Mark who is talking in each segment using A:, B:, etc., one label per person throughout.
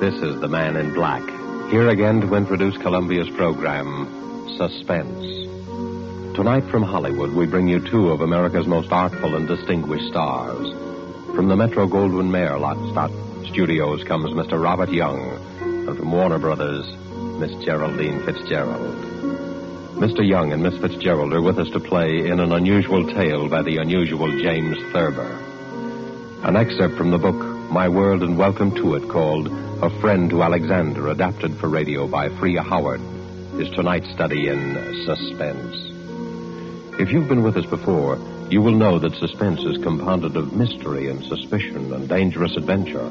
A: This is the man in black. Here again to introduce Columbia's program, Suspense. Tonight from Hollywood, we bring you two of America's most artful and distinguished stars. From the Metro Goldwyn Mayer lot, Stott Studios comes Mr. Robert Young, and from Warner Brothers, Miss Geraldine Fitzgerald. Mr. Young and Miss Fitzgerald are with us to play in an unusual tale by the unusual James Thurber. An excerpt from the book My World and Welcome to It, called A Friend to Alexander, adapted for radio by Freya Howard, is tonight's study in suspense. If you've been with us before, you will know that suspense is compounded of mystery and suspicion and dangerous adventure.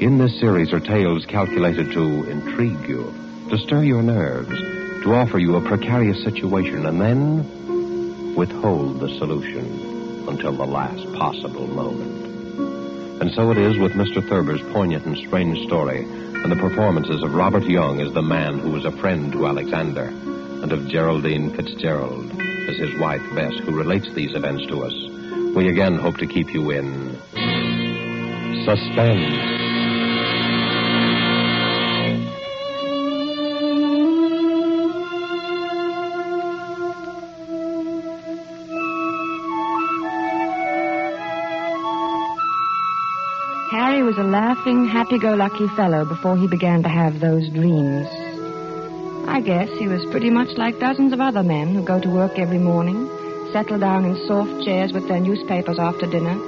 A: In this series are tales calculated to intrigue you, to stir your nerves, to offer you a precarious situation, and then withhold the solution until the last possible moment. And so it is with Mr. Thurber's poignant and strange story and the performances of Robert Young as the man who was a friend to Alexander and of Geraldine Fitzgerald as his wife, Bess, who relates these events to us. We again hope to keep you in suspense.
B: Harry was a laughing, happy-go-lucky fellow before he began to have those dreams. I guess he was pretty much like dozens of other men who go to work every morning, settle down in soft chairs with their newspapers after dinner,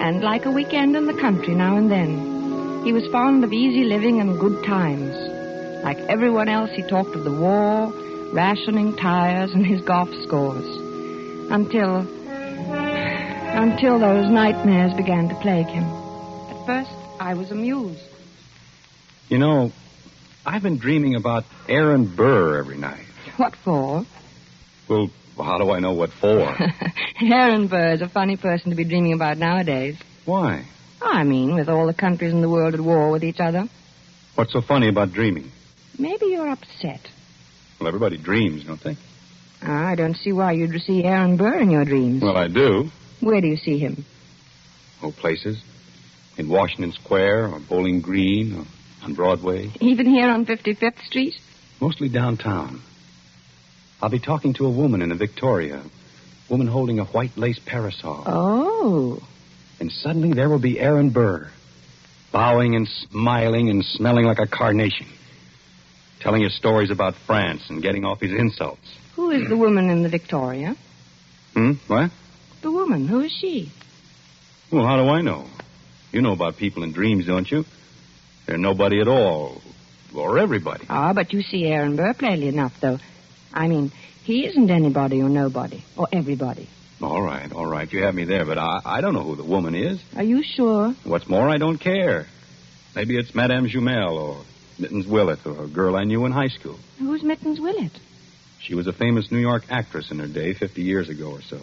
B: and like a weekend in the country now and then. He was fond of easy living and good times. Like everyone else, he talked of the war, rationing tires, and his golf scores. Until. until those nightmares began to plague him. At first, I was amused.
C: You know, I've been dreaming about Aaron Burr every night.
B: What for?
C: Well, how do I know what for?
B: Aaron Burr's a funny person to be dreaming about nowadays.
C: Why?
B: I mean, with all the countries in the world at war with each other.
C: What's so funny about dreaming?
B: Maybe you're upset.
C: Well, everybody dreams, don't they?
B: Ah, I don't see why you'd see Aaron Burr in your dreams.
C: Well, I do.
B: Where do you see him?
C: Oh, places. In Washington Square or Bowling Green or on Broadway.
B: Even here on 55th Street?
C: Mostly downtown. I'll be talking to a woman in a Victoria. A woman holding a white lace parasol.
B: Oh.
C: And suddenly there will be Aaron Burr, bowing and smiling and smelling like a carnation, telling his stories about France and getting off his insults.
B: Who is the woman in the Victoria?
C: Hmm? What?
B: The woman, who is she?
C: Well, how do I know? You know about people in dreams, don't you? They're nobody at all, or everybody.
B: Ah, but you see Aaron Burr plainly enough, though. I mean, he isn't anybody or nobody, or everybody.
C: All right, all right, you have me there, but I, I don't know who the woman is.
B: Are you sure?
C: What's more, I don't care. Maybe it's Madame Jumel or Mittens Willett or a girl I knew in high school.
B: Who's Mittens Willett?
C: She was a famous New York actress in her day, 50 years ago or so.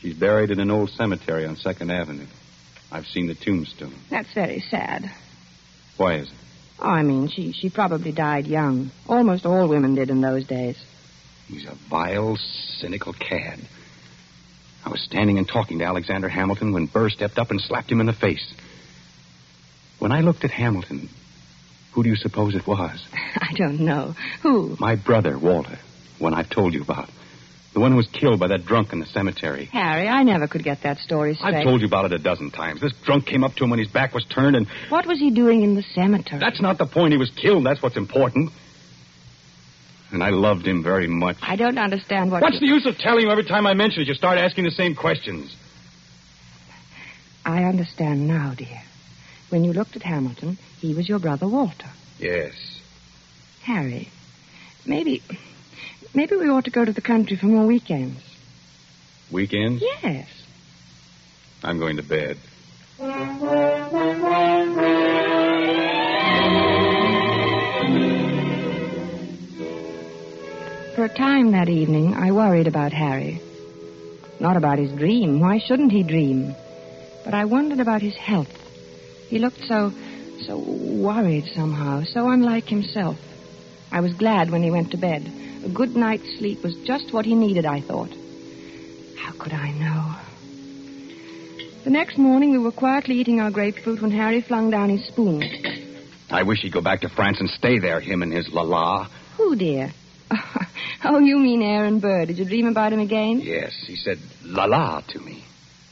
C: She's buried in an old cemetery on Second Avenue. I've seen the tombstone.
B: That's very sad.
C: Why is it?
B: Oh, I mean, she, she probably died young. Almost all women did in those days.
C: He's a vile, cynical cad. I was standing and talking to Alexander Hamilton when Burr stepped up and slapped him in the face. When I looked at Hamilton, who do you suppose it was?
B: I don't know. Who?
C: My brother, Walter, one I've told you about. The one who was killed by that drunk in the cemetery.
B: Harry, I never could get that story straight.
C: I've told you about it a dozen times. This drunk came up to him when his back was turned, and
B: What was he doing in the cemetery?
C: that's not the point. He was killed. That's what's important. And I loved him very much.
B: I don't understand what.
C: What's
B: you-
C: the use of telling you every time I mention it? You start asking the same questions.
B: I understand now, dear. When you looked at Hamilton, he was your brother Walter.
C: Yes.
B: Harry, maybe, maybe we ought to go to the country for more weekends.
C: Weekends?
B: Yes.
C: I'm going to bed.
B: time that evening, I worried about Harry. Not about his dream. Why shouldn't he dream? But I wondered about his health. He looked so, so worried somehow, so unlike himself. I was glad when he went to bed. A good night's sleep was just what he needed, I thought. How could I know? The next morning, we were quietly eating our grapefruit when Harry flung down his spoon.
C: I wish he'd go back to France and stay there, him and his la-la.
B: Who, dear? Oh, you mean Aaron Burr. Did you dream about him again?
C: Yes, he said la-la to me.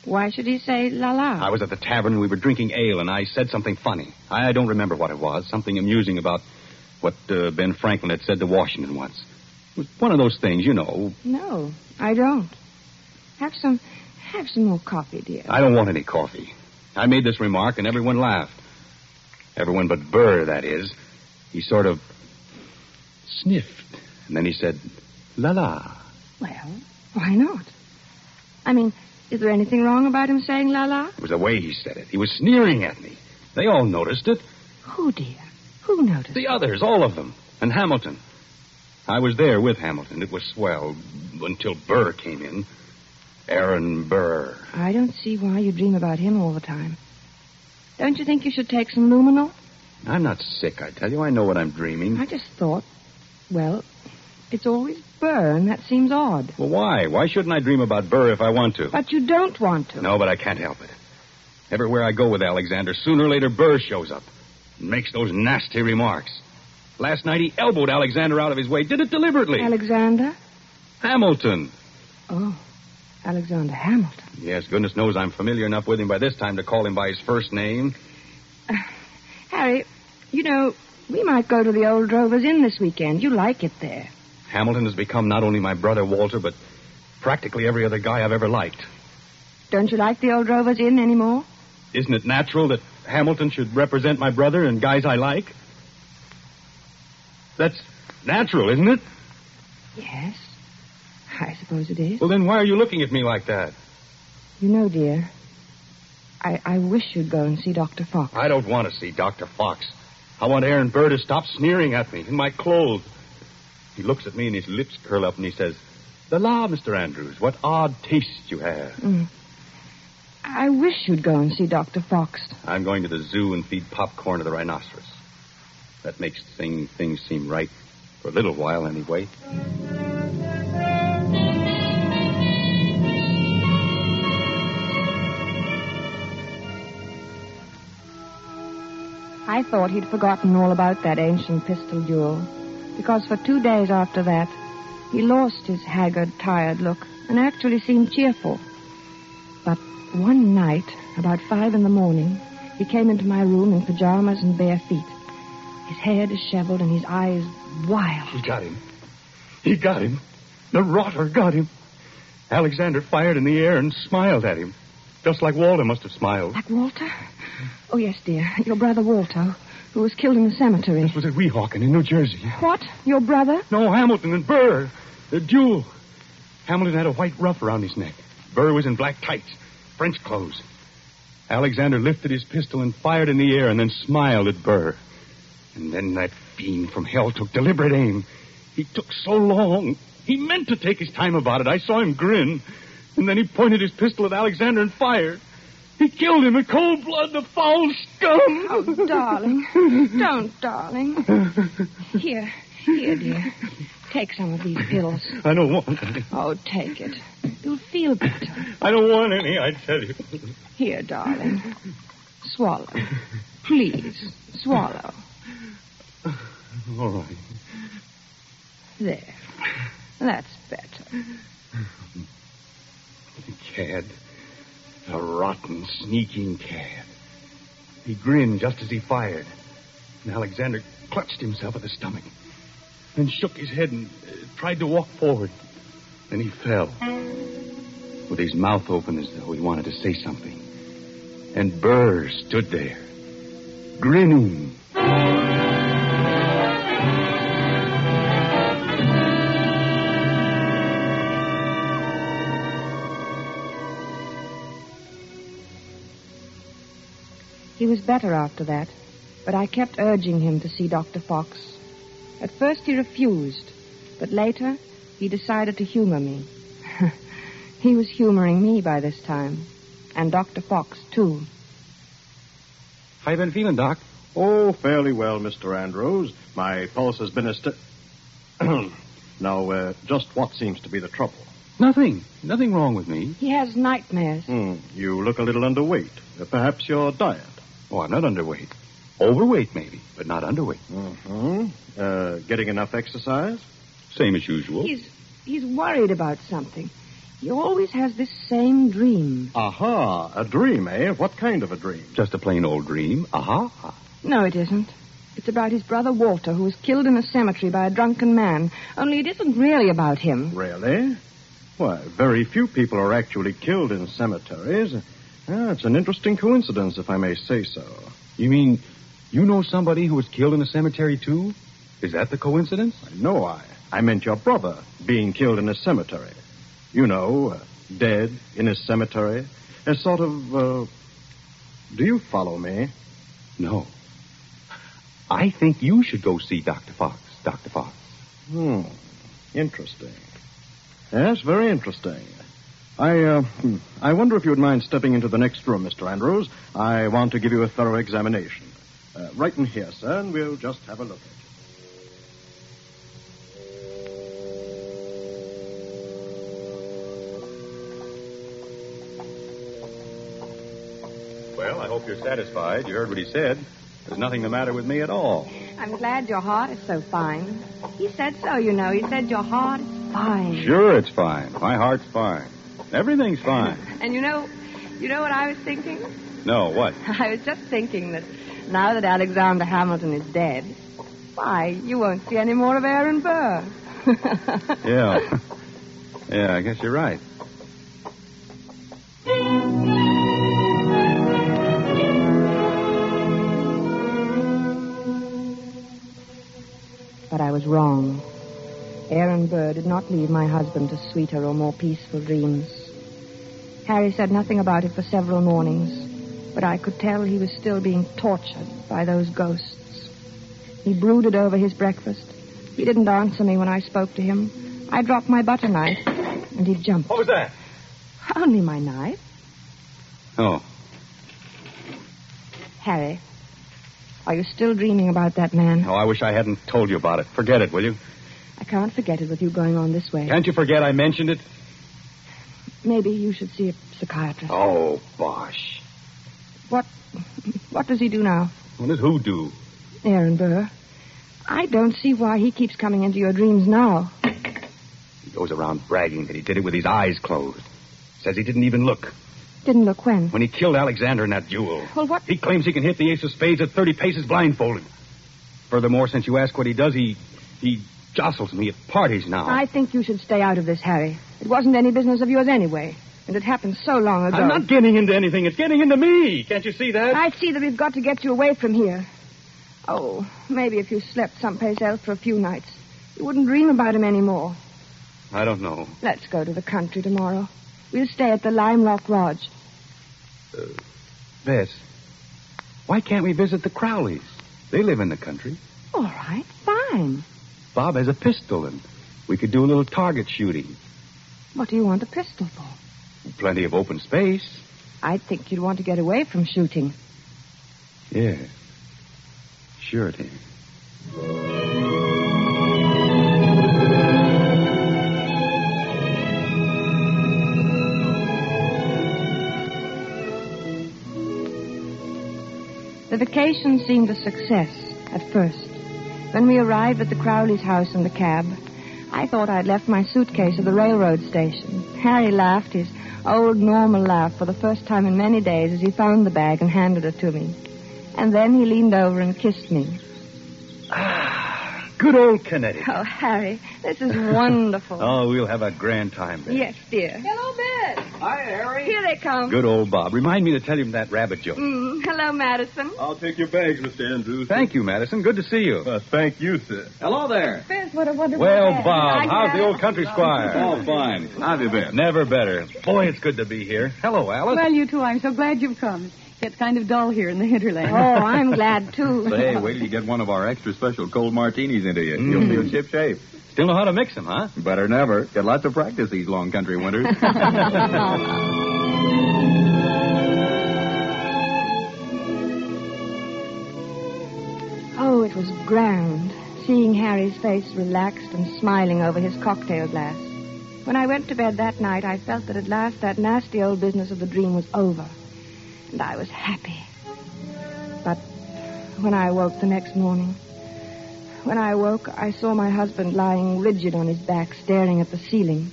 B: Why should he say la-la?
C: I was at the tavern, we were drinking ale, and I said something funny. I don't remember what it was, something amusing about what uh, Ben Franklin had said to Washington once. It was one of those things, you know.
B: No, I don't. Have some, have some more coffee, dear.
C: I don't want any coffee. I made this remark, and everyone laughed. Everyone but Burr, that is. He sort of sniffed, and then he said, La la.
B: Well, why not? I mean, is there anything wrong about him saying la la?
C: It was the way he said it. He was sneering at me. They all noticed it.
B: Who, dear? Who noticed?
C: The others, all of them. And Hamilton. I was there with Hamilton. It was swell until Burr came in. Aaron Burr.
B: I don't see why you dream about him all the time. Don't you think you should take some luminol?
C: I'm not sick, I tell you. I know what I'm dreaming.
B: I just thought, well, it's always Burr, and that seems odd.
C: Well, why? Why shouldn't I dream about Burr if I want to?
B: But you don't want to.
C: No, but I can't help it. Everywhere I go with Alexander, sooner or later Burr shows up and makes those nasty remarks. Last night he elbowed Alexander out of his way. Did it deliberately.
B: Alexander?
C: Hamilton.
B: Oh, Alexander Hamilton.
C: Yes, goodness knows I'm familiar enough with him by this time to call him by his first name.
B: Harry, you know, we might go to the old Drovers Inn this weekend. You like it there.
C: Hamilton has become not only my brother Walter, but practically every other guy I've ever liked.
B: Don't you like the old Drovers Inn anymore?
C: Isn't it natural that Hamilton should represent my brother and guys I like? That's natural, isn't it?
B: Yes. I suppose it is.
C: Well, then why are you looking at me like that?
B: You know, dear, I, I wish you'd go and see Dr. Fox.
C: I don't want to see Dr. Fox. I want Aaron Burr to stop sneering at me in my clothes. He looks at me and his lips curl up and he says, La la, Mr. Andrews, what odd taste you have.
B: Mm. I wish you'd go and see Dr. Fox.
C: I'm going to the zoo and feed popcorn to the rhinoceros. That makes thing, things seem right, for a little while anyway.
B: I thought he'd forgotten all about that ancient pistol duel, because for two days after that, he lost his haggard, tired look and actually seemed cheerful. But one night, about five in the morning, he came into my room in pajamas and bare feet, his hair disheveled and his eyes wild.
C: He got him. He got him. The rotter got him. Alexander fired in the air and smiled at him, just like Walter must have smiled.
B: Like Walter? Oh, yes, dear. Your brother Walter, who was killed in the cemetery.
C: This was at Weehawken in New Jersey.
B: What? Your brother?
C: No, Hamilton and Burr. The duel. Hamilton had a white ruff around his neck. Burr was in black tights, French clothes. Alexander lifted his pistol and fired in the air and then smiled at Burr. And then that fiend from hell took deliberate aim. He took so long. He meant to take his time about it. I saw him grin. And then he pointed his pistol at Alexander and fired. He killed him in cold blood, the foul scum.
B: Oh, darling. Don't, darling. Here, here, dear. Take some of these pills.
C: I don't want any.
B: Oh, take it. You'll feel better.
C: I don't want any, I tell you.
B: Here, darling. Swallow. Please, swallow.
C: All right.
B: There. That's better.
C: The cad. The rotten, sneaking cad. He grinned just as he fired. And Alexander clutched himself at the stomach. Then shook his head and uh, tried to walk forward. Then he fell. With his mouth open as though he wanted to say something. And Burr stood there. Grinning.
B: He was better after that, but I kept urging him to see Dr. Fox. At first he refused, but later he decided to humor me. he was humoring me by this time. And Dr. Fox, too.
C: How you been feeling, Doc?
D: Oh, fairly well, Mr. Andrews. My pulse has been a st- Now, uh, just what seems to be the trouble?
C: Nothing. Nothing wrong with me.
B: He has nightmares.
D: Hmm, you look a little underweight. Uh, Perhaps your diet.
C: Oh, I'm not underweight. Overweight, maybe, but not underweight.
D: Mm-hmm. Uh, getting enough exercise?
C: Same as usual.
B: He's he's worried about something. He always has this same dream.
D: Aha, a dream, eh? What kind of a dream?
C: Just a plain old dream. Aha.
B: No, it isn't. It's about his brother Walter, who was killed in a cemetery by a drunken man. Only it isn't really about him.
D: Really? Why, very few people are actually killed in cemeteries. Ah, it's an interesting coincidence, if I may say so.
C: You mean you know somebody who was killed in a cemetery, too? Is that the coincidence?
D: I know I. I meant your brother being killed in a cemetery. You know, uh, dead in a cemetery. A sort of. Uh... Do you follow me?
C: No. I think you should go see Dr. Fox. Dr. Fox.
D: Hmm. Interesting. Yes, very interesting. I, uh, hmm, I wonder if you would mind stepping into the next room, Mr. Andrews. I want to give you a thorough examination. Uh, right in here, sir, and we'll just have a look at
C: Well, I hope you're satisfied. You heard what he said. There's nothing the matter with me at all.
B: I'm glad your heart is so fine. He said so, you know. He said your heart is fine.
C: Sure, it's fine. My heart's fine. Everything's fine.
B: And you know, you know what I was thinking?
C: No, what?
B: I was just thinking that now that Alexander Hamilton is dead, why, you won't see any more of Aaron Burr.
C: Yeah. yeah, I guess you're right.
B: But I was wrong. Aaron Burr did not leave my husband to sweeter or more peaceful dreams. Harry said nothing about it for several mornings, but I could tell he was still being tortured by those ghosts. He brooded over his breakfast. He didn't answer me when I spoke to him. I dropped my butter knife, and he jumped.
C: was that?
B: Only my knife.
C: Oh,
B: Harry, are you still dreaming about that man?
C: oh, I wish I hadn't told you about it. Forget it, will you?
B: I can't forget it with you going on this way.
C: Can't you forget I mentioned it?
B: Maybe you should see a psychiatrist.
C: Oh, bosh.
B: What, what does he do now?
C: What does who do?
B: Aaron Burr. I don't see why he keeps coming into your dreams now.
C: He goes around bragging that he did it with his eyes closed. Says he didn't even look
B: Didn't look when.
C: when he killed Alexander in that duel.
B: Well, what?
C: He claims he can hit the ace of spades at 30 paces blindfolded. Furthermore, since you ask what he does, he he jostles me at parties now.
B: I think you should stay out of this, Harry. It wasn't any business of yours anyway, and it happened so long ago.
C: I'm not getting into anything. It's getting into me. Can't you see that?
B: I see that we've got to get you away from here. Oh, maybe if you slept someplace else for a few nights, you wouldn't dream about him anymore.
C: I don't know.
B: Let's go to the country tomorrow. We'll stay at the Lime Rock Lodge.
C: Bess, why can't we visit the Crowleys? They live in the country.
B: All right, fine.
C: Bob has a pistol, and we could do a little target shooting.
B: What do you want a pistol for?
C: Plenty of open space.
B: I think you'd want to get away from shooting.
C: Yeah. Sure it is.
B: The vacation seemed a success at first. When we arrived at the Crowley's house in the cab, I thought I'd left my suitcase at the railroad station. Harry laughed his old normal laugh for the first time in many days as he found the bag and handed it to me. And then he leaned over and kissed me.
C: Good old Connecticut.
B: Oh, Harry, this is wonderful.
C: Oh, we'll have a grand time, Bess.
B: yes, dear. Hello, Bess.
D: Hi, Harry.
B: Here they come.
C: Good old Bob. Remind me to tell him that rabbit joke.
B: Mm, hello, Madison.
D: I'll take your bags, Mr. Andrews.
C: Thank you, Madison. Good to see you.
D: Uh, thank you, sir.
E: Hello there.
B: Bess, what a wonderful
C: Well, Bob, how's the old country squire?
E: All fine. How've you been?
C: Never better. Boy, it's good to be here. Hello, Alice.
F: Well, you too. I'm so glad you've come.
E: Gets kind of dull here in the hinterland.
B: Oh, I'm glad, too.
F: Say, wait till you get one of our extra special cold martinis into you. You'll feel ship shape.
C: Still know how to mix them, huh?
F: Better never. Got lots of practice these long country winters.
B: Oh, it was grand, seeing Harry's face relaxed and smiling over his cocktail glass. When I went to bed that night, I felt that at last that nasty old business of the dream was over, and I was happy. But when I woke the next morning, when I woke, I saw my husband lying rigid on his back, staring at the ceiling.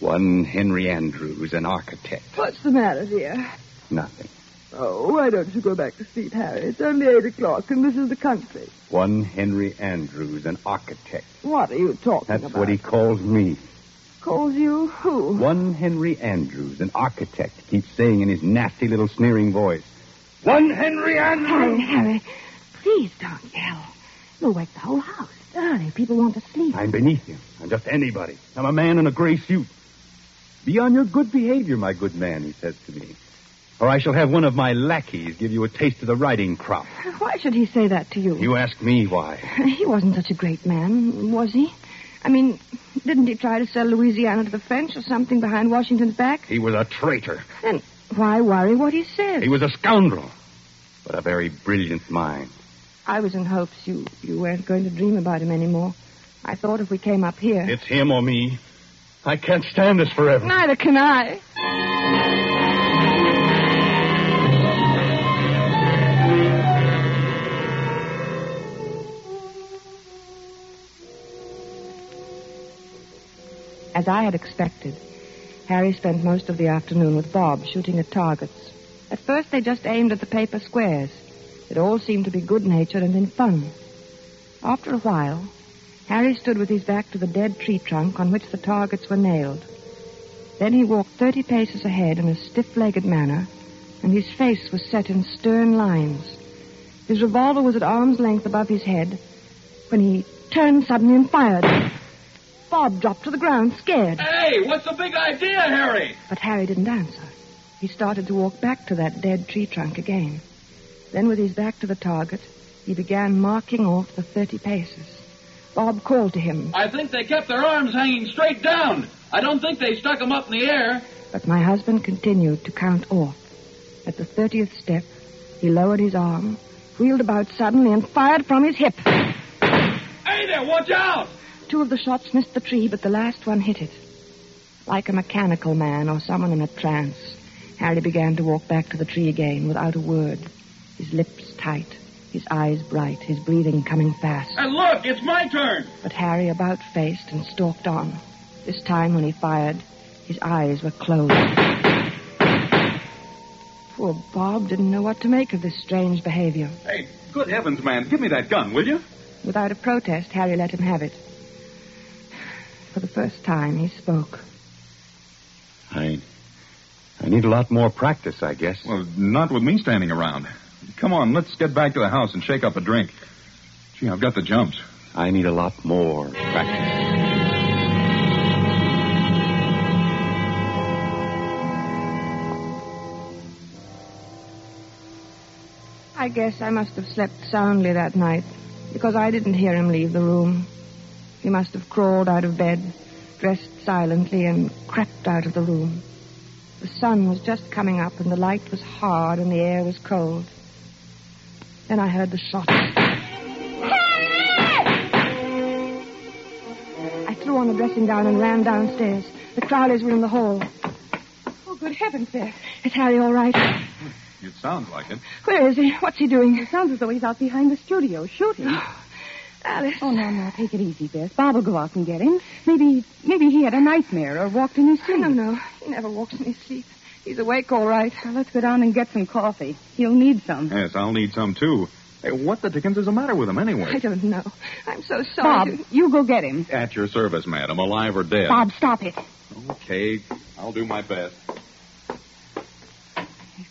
C: One Henry Andrews, an architect.
E: What's the matter, dear?
C: Nothing.
E: Oh, why don't you go back to sleep, Harry? It's only eight o'clock, and this is the country.
C: One Henry Andrews, an architect.
E: What are you talking
C: That's
E: about?
C: what he calls me.
E: calls you. Who?
C: One Henry Andrews, an architect, keeps saying in his nasty little sneering voice. One Henry
B: Harry,
C: Andrews!
B: Harry, please don't yell. You'll wake the whole house. Darling, people want to sleep.
C: I'm beneath him. I'm just anybody. I'm a man in a gray suit. Be on your good behavior, my good man, he says to me. Or I shall have one of my lackeys give you a taste of the riding crop.
B: Why should he say that to you?
C: You ask me why.
B: He wasn't such a great man, was he? I mean, didn't he try to sell Louisiana to the French or something behind Washington's back?
C: He was a traitor.
B: Then why worry what he says?
C: He was a scoundrel. But a very brilliant mind.
B: I was in hopes you, you weren't going to dream about him anymore. I thought if we came up here.
C: It's him or me. I can't stand this forever.
B: Neither can I. As I had expected, Harry spent most of the afternoon with Bob shooting at targets. At first, they just aimed at the paper squares. It all seemed to be good natured and in fun. After a while, Harry stood with his back to the dead tree trunk on which the targets were nailed. Then he walked 30 paces ahead in a stiff legged manner, and his face was set in stern lines. His revolver was at arm's length above his head when he turned suddenly and fired. Bob dropped to the ground, scared.
G: Hey, what's the big idea, Harry?
B: But Harry didn't answer. He started to walk back to that dead tree trunk again. Then, with his back to the target, he began marking off the 30 paces. Bob called to him.
G: I think they kept their arms hanging straight down. I don't think they stuck 'em up in the air.
B: But my husband continued to count off. At the 30th step, he lowered his arm, wheeled about suddenly, and fired from his hip.
G: Hey there, watch out!
B: Two of the shots missed the tree, but the last one hit it. Like a mechanical man or someone in a trance, Harry began to walk back to the tree again without a word, his lips tight, his eyes bright, his breathing coming fast.
G: And look, it's my turn.
B: But Harry about faced and stalked on. This time when he fired, his eyes were closed. Poor Bob didn't know what to make of this strange behavior.
F: Hey, good heavens, man, give me that gun, will you?
B: Without a protest, Harry let him have it. For the first time, he spoke.
C: I, I need a lot more practice, I guess.
F: Well, not with me standing around. Come on, let's get back to the house and shake up a drink. Gee, I've got the jumps.
C: I need a lot more practice.
B: I guess I must have slept soundly that night because I didn't hear him leave the room. He must have crawled out of bed, dressed silently, and crept out of the room. The sun was just coming up, and the light was hard, and the air was cold. Then I heard the shot. I threw on the dressing gown and ran downstairs. The Crowleys were in the hall.
E: Oh, good heavens, there.
B: Is Harry all right?
F: It sounds like it.
B: Where is he? What's he doing?
E: It sounds as though he's out behind the studio shooting.
B: Alice.
E: Oh, no, no, take it easy, Bess. Bob will go out and get him. Maybe, maybe he had a nightmare or walked in his sleep.
B: No, no. He never walks in his sleep. He's awake all right.
E: Well, let's go down and get some coffee. He'll need some.
F: Yes, I'll need some, too. Hey, what the dickens is the matter with him,
B: I
F: anyway?
B: don't know. I'm so
E: Bob,
B: sorry. to-
E: you go get him.
F: At your service, madam, alive or dead.
E: Bob, stop it.
F: Okay, I'll do my best.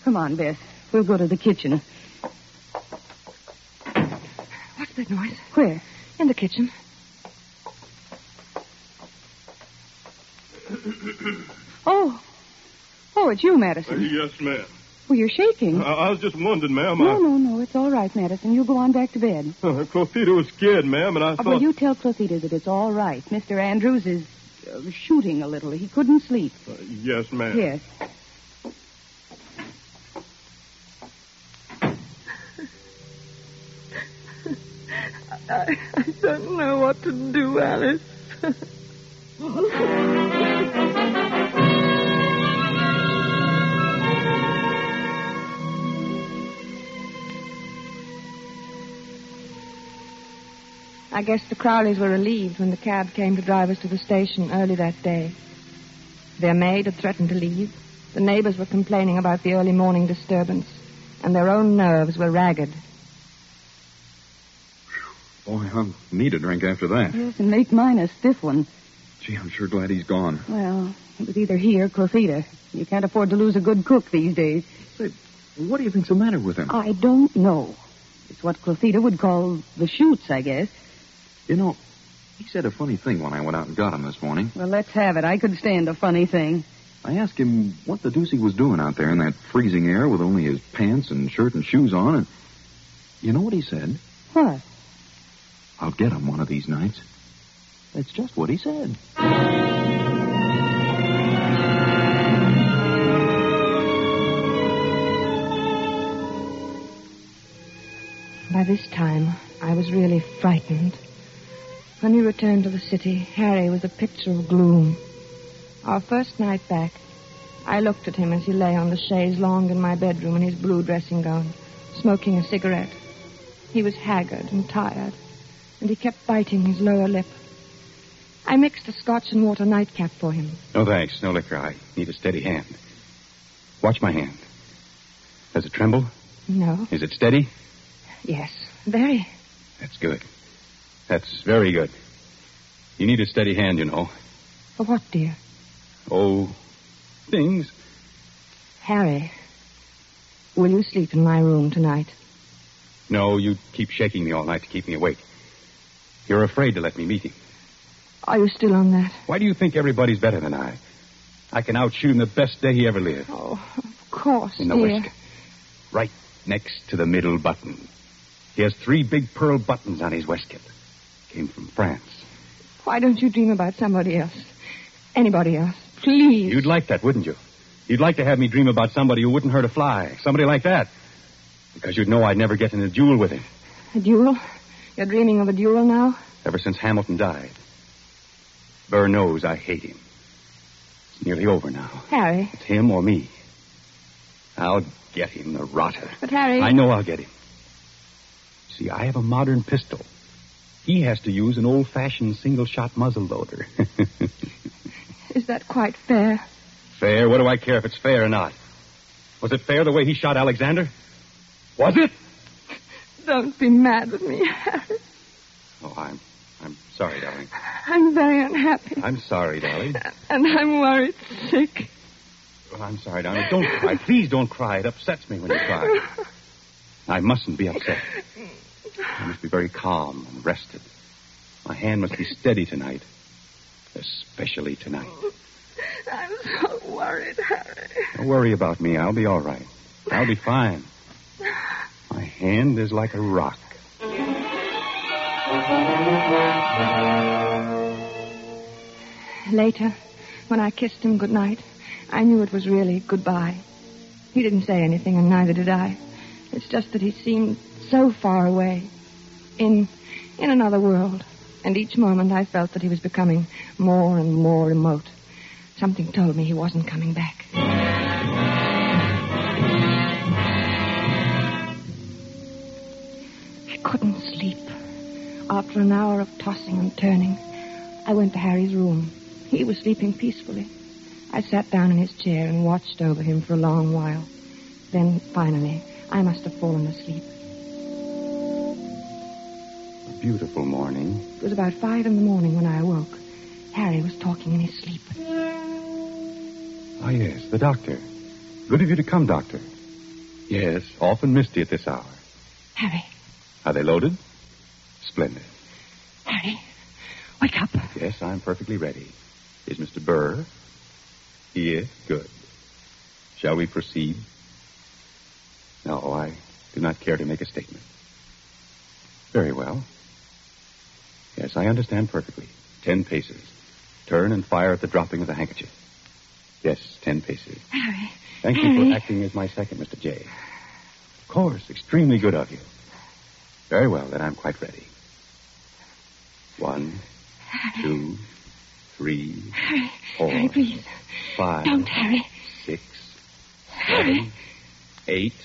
E: Come on, Bess. We'll go to the kitchen.
B: What's that noise?
E: Where?
B: In the kitchen.
E: Oh. Oh, it's you, Madison.
G: yes, ma'am.
E: Well, you're shaking.
D: Uh,
H: I, I was just wondering, ma'am.
E: no, no, no. It's all right, Madison. You go on back to bed.
H: I... Clothita was scared, ma'am, and I
E: Uh,
H: thought.
E: well, you tell Clothita that it's all right. Mr. Andrews is uh, shooting a little. He couldn't sleep.
H: Uh, yes, ma'am.
E: Yes.
I: I, I don't know what to do, Alice.
B: I guess the Crowleys were relieved when the cab came to drive us to the station early that day. Their maid had threatened to leave. The neighbors were complaining about the early morning disturbance, and their own nerves were ragged.
F: Boy, I'll need a drink after that.
E: Yes, and make mine a stiff one.
F: Gee, I'm sure glad he's gone.
E: Well, it was either he or Clothita. You can't afford to lose a good cook these days.
F: What do you think's the matter with him?
E: I don't know. It's what Clothita would call the shoots, I guess.
F: You know, he said a funny thing when I went out and got him this morning.
E: Well, let's have it. I could stand a funny thing.
F: I asked him what the deuce he was doing out there in that freezing air with only his pants and shirt and shoes on, and you know what he said?
E: What?
F: I'll get him one of these nights. That's just what he said.
B: By this time, I was really frightened. When we returned to the city, Harry was a picture of gloom. Our first night back, I looked at him as he lay on the chaise longue in my bedroom in his blue dressing gown, smoking a cigarette. He was haggard and tired, and he kept biting his lower lip. I mixed a scotch and water nightcap for him.
C: No thanks, no liquor. I need a steady hand. Watch my hand. Does it tremble?
B: No?
C: Is it steady?
B: Yes. Very.
C: That's good. That's very good. You need a steady hand, you know.
B: For what, dear?
C: Oh, things.
B: Harry, will you sleep in my room tonight?
C: No, you keep shaking me all night to keep me awake. You're afraid to let me meet him.
B: Are you still on that?
C: Why do you think everybody's better than I? I can outshoot him the best day he ever lived.
B: Oh, of course,
C: In the
B: dear.
C: waistcoat. Right next to the middle button. He has three big pearl buttons on his waistcoat. Came from France.
B: Why don't you dream about somebody else? Anybody else? Please.
C: You'd like that, wouldn't you? You'd like to have me dream about somebody who wouldn't hurt a fly. Somebody like that. Because you'd know I'd never get in a duel with him.
B: A duel? You're dreaming of a duel now?
C: ever since Hamilton died. Burr knows I hate him. It's nearly over now.
B: Harry.
C: It's him or me. I'll get him, the rotter.
B: But, Harry.
C: I know I'll get him. See, I have a modern pistol. He has to use an old fashioned single shot muzzle loader.
B: Is that quite fair?
C: fair? What do I care if it's fair or not? Was it fair the way he shot Alexander? Was it?
B: Don't be mad with me, Harry.
C: Oh, I'm I'm sorry, darling.
B: I'm very unhappy.
C: I'm sorry, darling.
B: And I'm worried sick.
C: Well, I'm sorry, darling. Don't cry. Please don't cry. It upsets me when you cry. I mustn't be upset. I must be very calm and rested. My hand must be steady tonight, especially tonight.
I: I'm so worried, Harry.
C: Don't worry about me. I'll be all right. I'll be fine. My hand is like a rock.
B: Later, when I kissed him goodnight, I knew it was really goodbye. He didn't say anything, and neither did I. It's just that he seemed so far away, in in another world. And each moment I felt that he was becoming more and more remote. Something told me he wasn't coming back. I couldn't sleep. After an hour of tossing and turning, I went to Harry's room. He was sleeping peacefully. I sat down in his chair and watched over him for a long while. Then, finally, I must have fallen asleep.
C: A beautiful morning.
B: It was about five in the morning when I awoke. Harry was talking in his sleep.
C: Ah, yes, the doctor. Good of you to come, doctor. Yes, often misty at this hour.
B: Harry,
C: Are they loaded? Splendid.
B: Harry, wake up.
C: Yes, I'm perfectly ready. Is Mr. Burr? He is? Good. Shall we proceed?
J: No, I do not care to make a statement. Very well. Yes, I understand perfectly. Ten paces. Turn and fire at the dropping of the handkerchief. Yes, ten paces.
B: Harry.
J: Thank you
B: Harry.
J: for acting as my second, Mr. J. Of course, extremely good of you. Very well, then I'm quite ready. One, two, three,
B: Harry.
J: Four.
B: Harry, please.
J: five,
B: Don't, Harry.
J: six, seven, eight,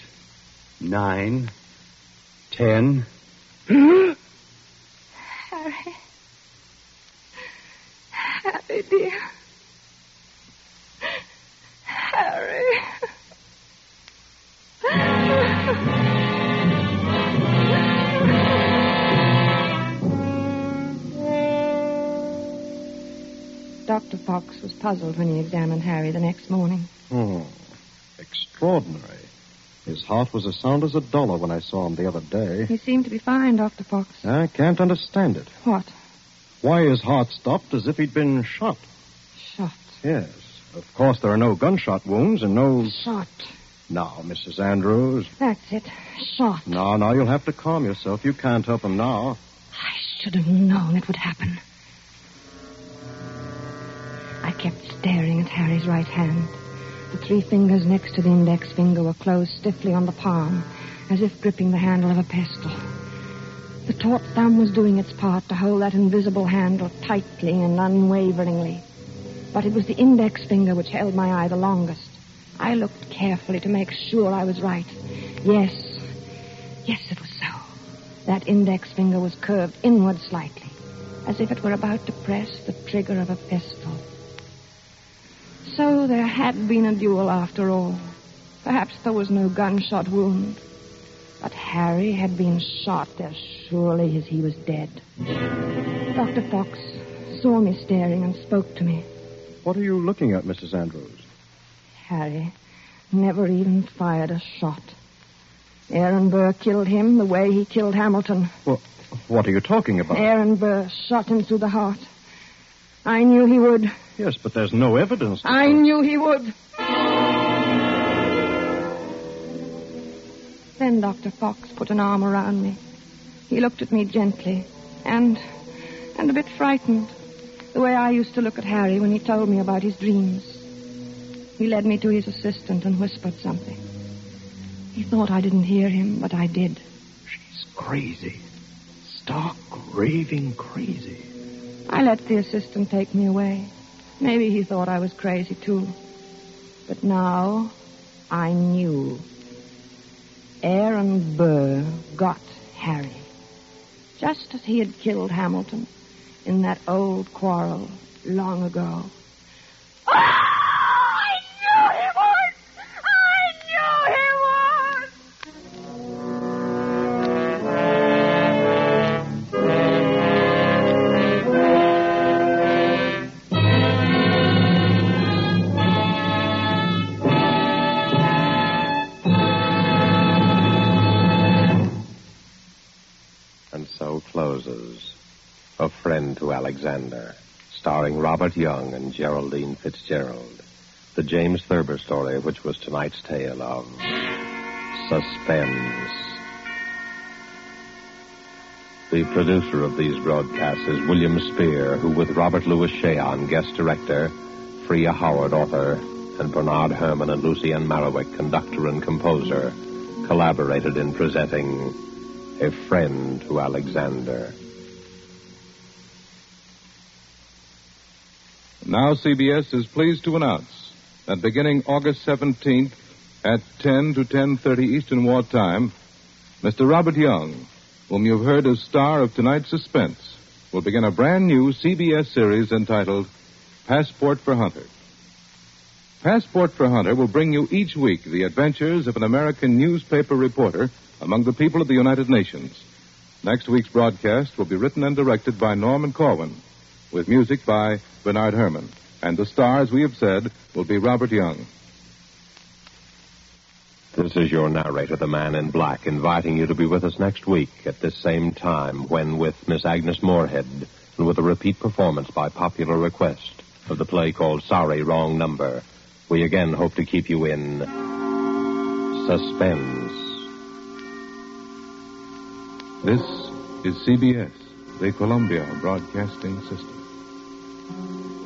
J: nine, ten.
K: Harry. Harry, dear. Harry.
B: Dr. Fox was puzzled when he examined Harry the next morning.
L: Hmm. Extraordinary. His heart was as sound as a dollar when I saw him the other day.
B: He seemed to be fine, Dr. Fox.
L: I can't understand it.
B: What?
L: Why his heart stopped as if he'd been shot.
B: Shot.
L: Yes. Of course, there are no gunshot wounds and no.
B: Shot.
L: Now, Mrs. Andrews.
B: That's it. Shot.
L: Now, now, you'll have to calm yourself. You can't help him now.
B: I should have known it would happen. I kept staring at Harry's right hand. The three fingers next to the index finger were closed stiffly on the palm, as if gripping the handle of a pestle. The taut thumb was doing its part to hold that invisible handle tightly and unwaveringly. But it was the index finger which held my eye the longest. I looked carefully to make sure I was right. Yes. Yes, it was so. That index finger was curved inward slightly, as if it were about to press the trigger of a pistol. So there had been a duel after all. Perhaps there was no gunshot wound. But Harry had been shot as surely as he was dead. Dr. Fox saw me staring and spoke to me.
L: What are you looking at, Mrs. Andrews?
B: Harry never even fired a shot. Aaron Burr killed him the way he killed Hamilton.
L: What are you talking about?
B: Aaron Burr shot him through the heart. I knew he would.
L: Yes, but there's no evidence.
B: I knew he would. Then Dr. Fox put an arm around me. He looked at me gently and and a bit frightened, the way I used to look at Harry when he told me about his dreams. He led me to his assistant and whispered something. He thought I didn't hear him, but I did.
J: Crazy. Stark, raving crazy.
B: I let the assistant take me away. Maybe he thought I was crazy, too. But now I knew. Aaron Burr got Harry. Just as he had killed Hamilton in that old quarrel long ago.
C: And so closes A Friend to Alexander, starring Robert Young and Geraldine Fitzgerald. The James Thurber story, which was tonight's tale of suspense. The producer of these broadcasts is William Spear, who, with Robert Louis Cheon, guest director, Freya Howard, author, and Bernard Herman and Lucienne Marowick, conductor and composer, collaborated in presenting a friend to Alexander.
D: Now CBS is pleased to announce that beginning August 17th at 10 to 10:30 Eastern War Time, Mr. Robert Young, whom you've heard as star of tonight's suspense, will begin a brand new CBS series entitled Passport for Hunter. Passport for Hunter will bring you each week the adventures of an American newspaper reporter among the people of the United Nations. Next week's broadcast will be written and directed by Norman Corwin, with music by Bernard Herman. And the stars, we have said, will be Robert Young.
C: This is your narrator, the man in black, inviting you to be with us next week at this same time when, with Miss Agnes Moorhead and with a repeat performance by popular request of the play called Sorry, Wrong Number, we again hope to keep you in suspense. This is CBS, the Columbia Broadcasting System.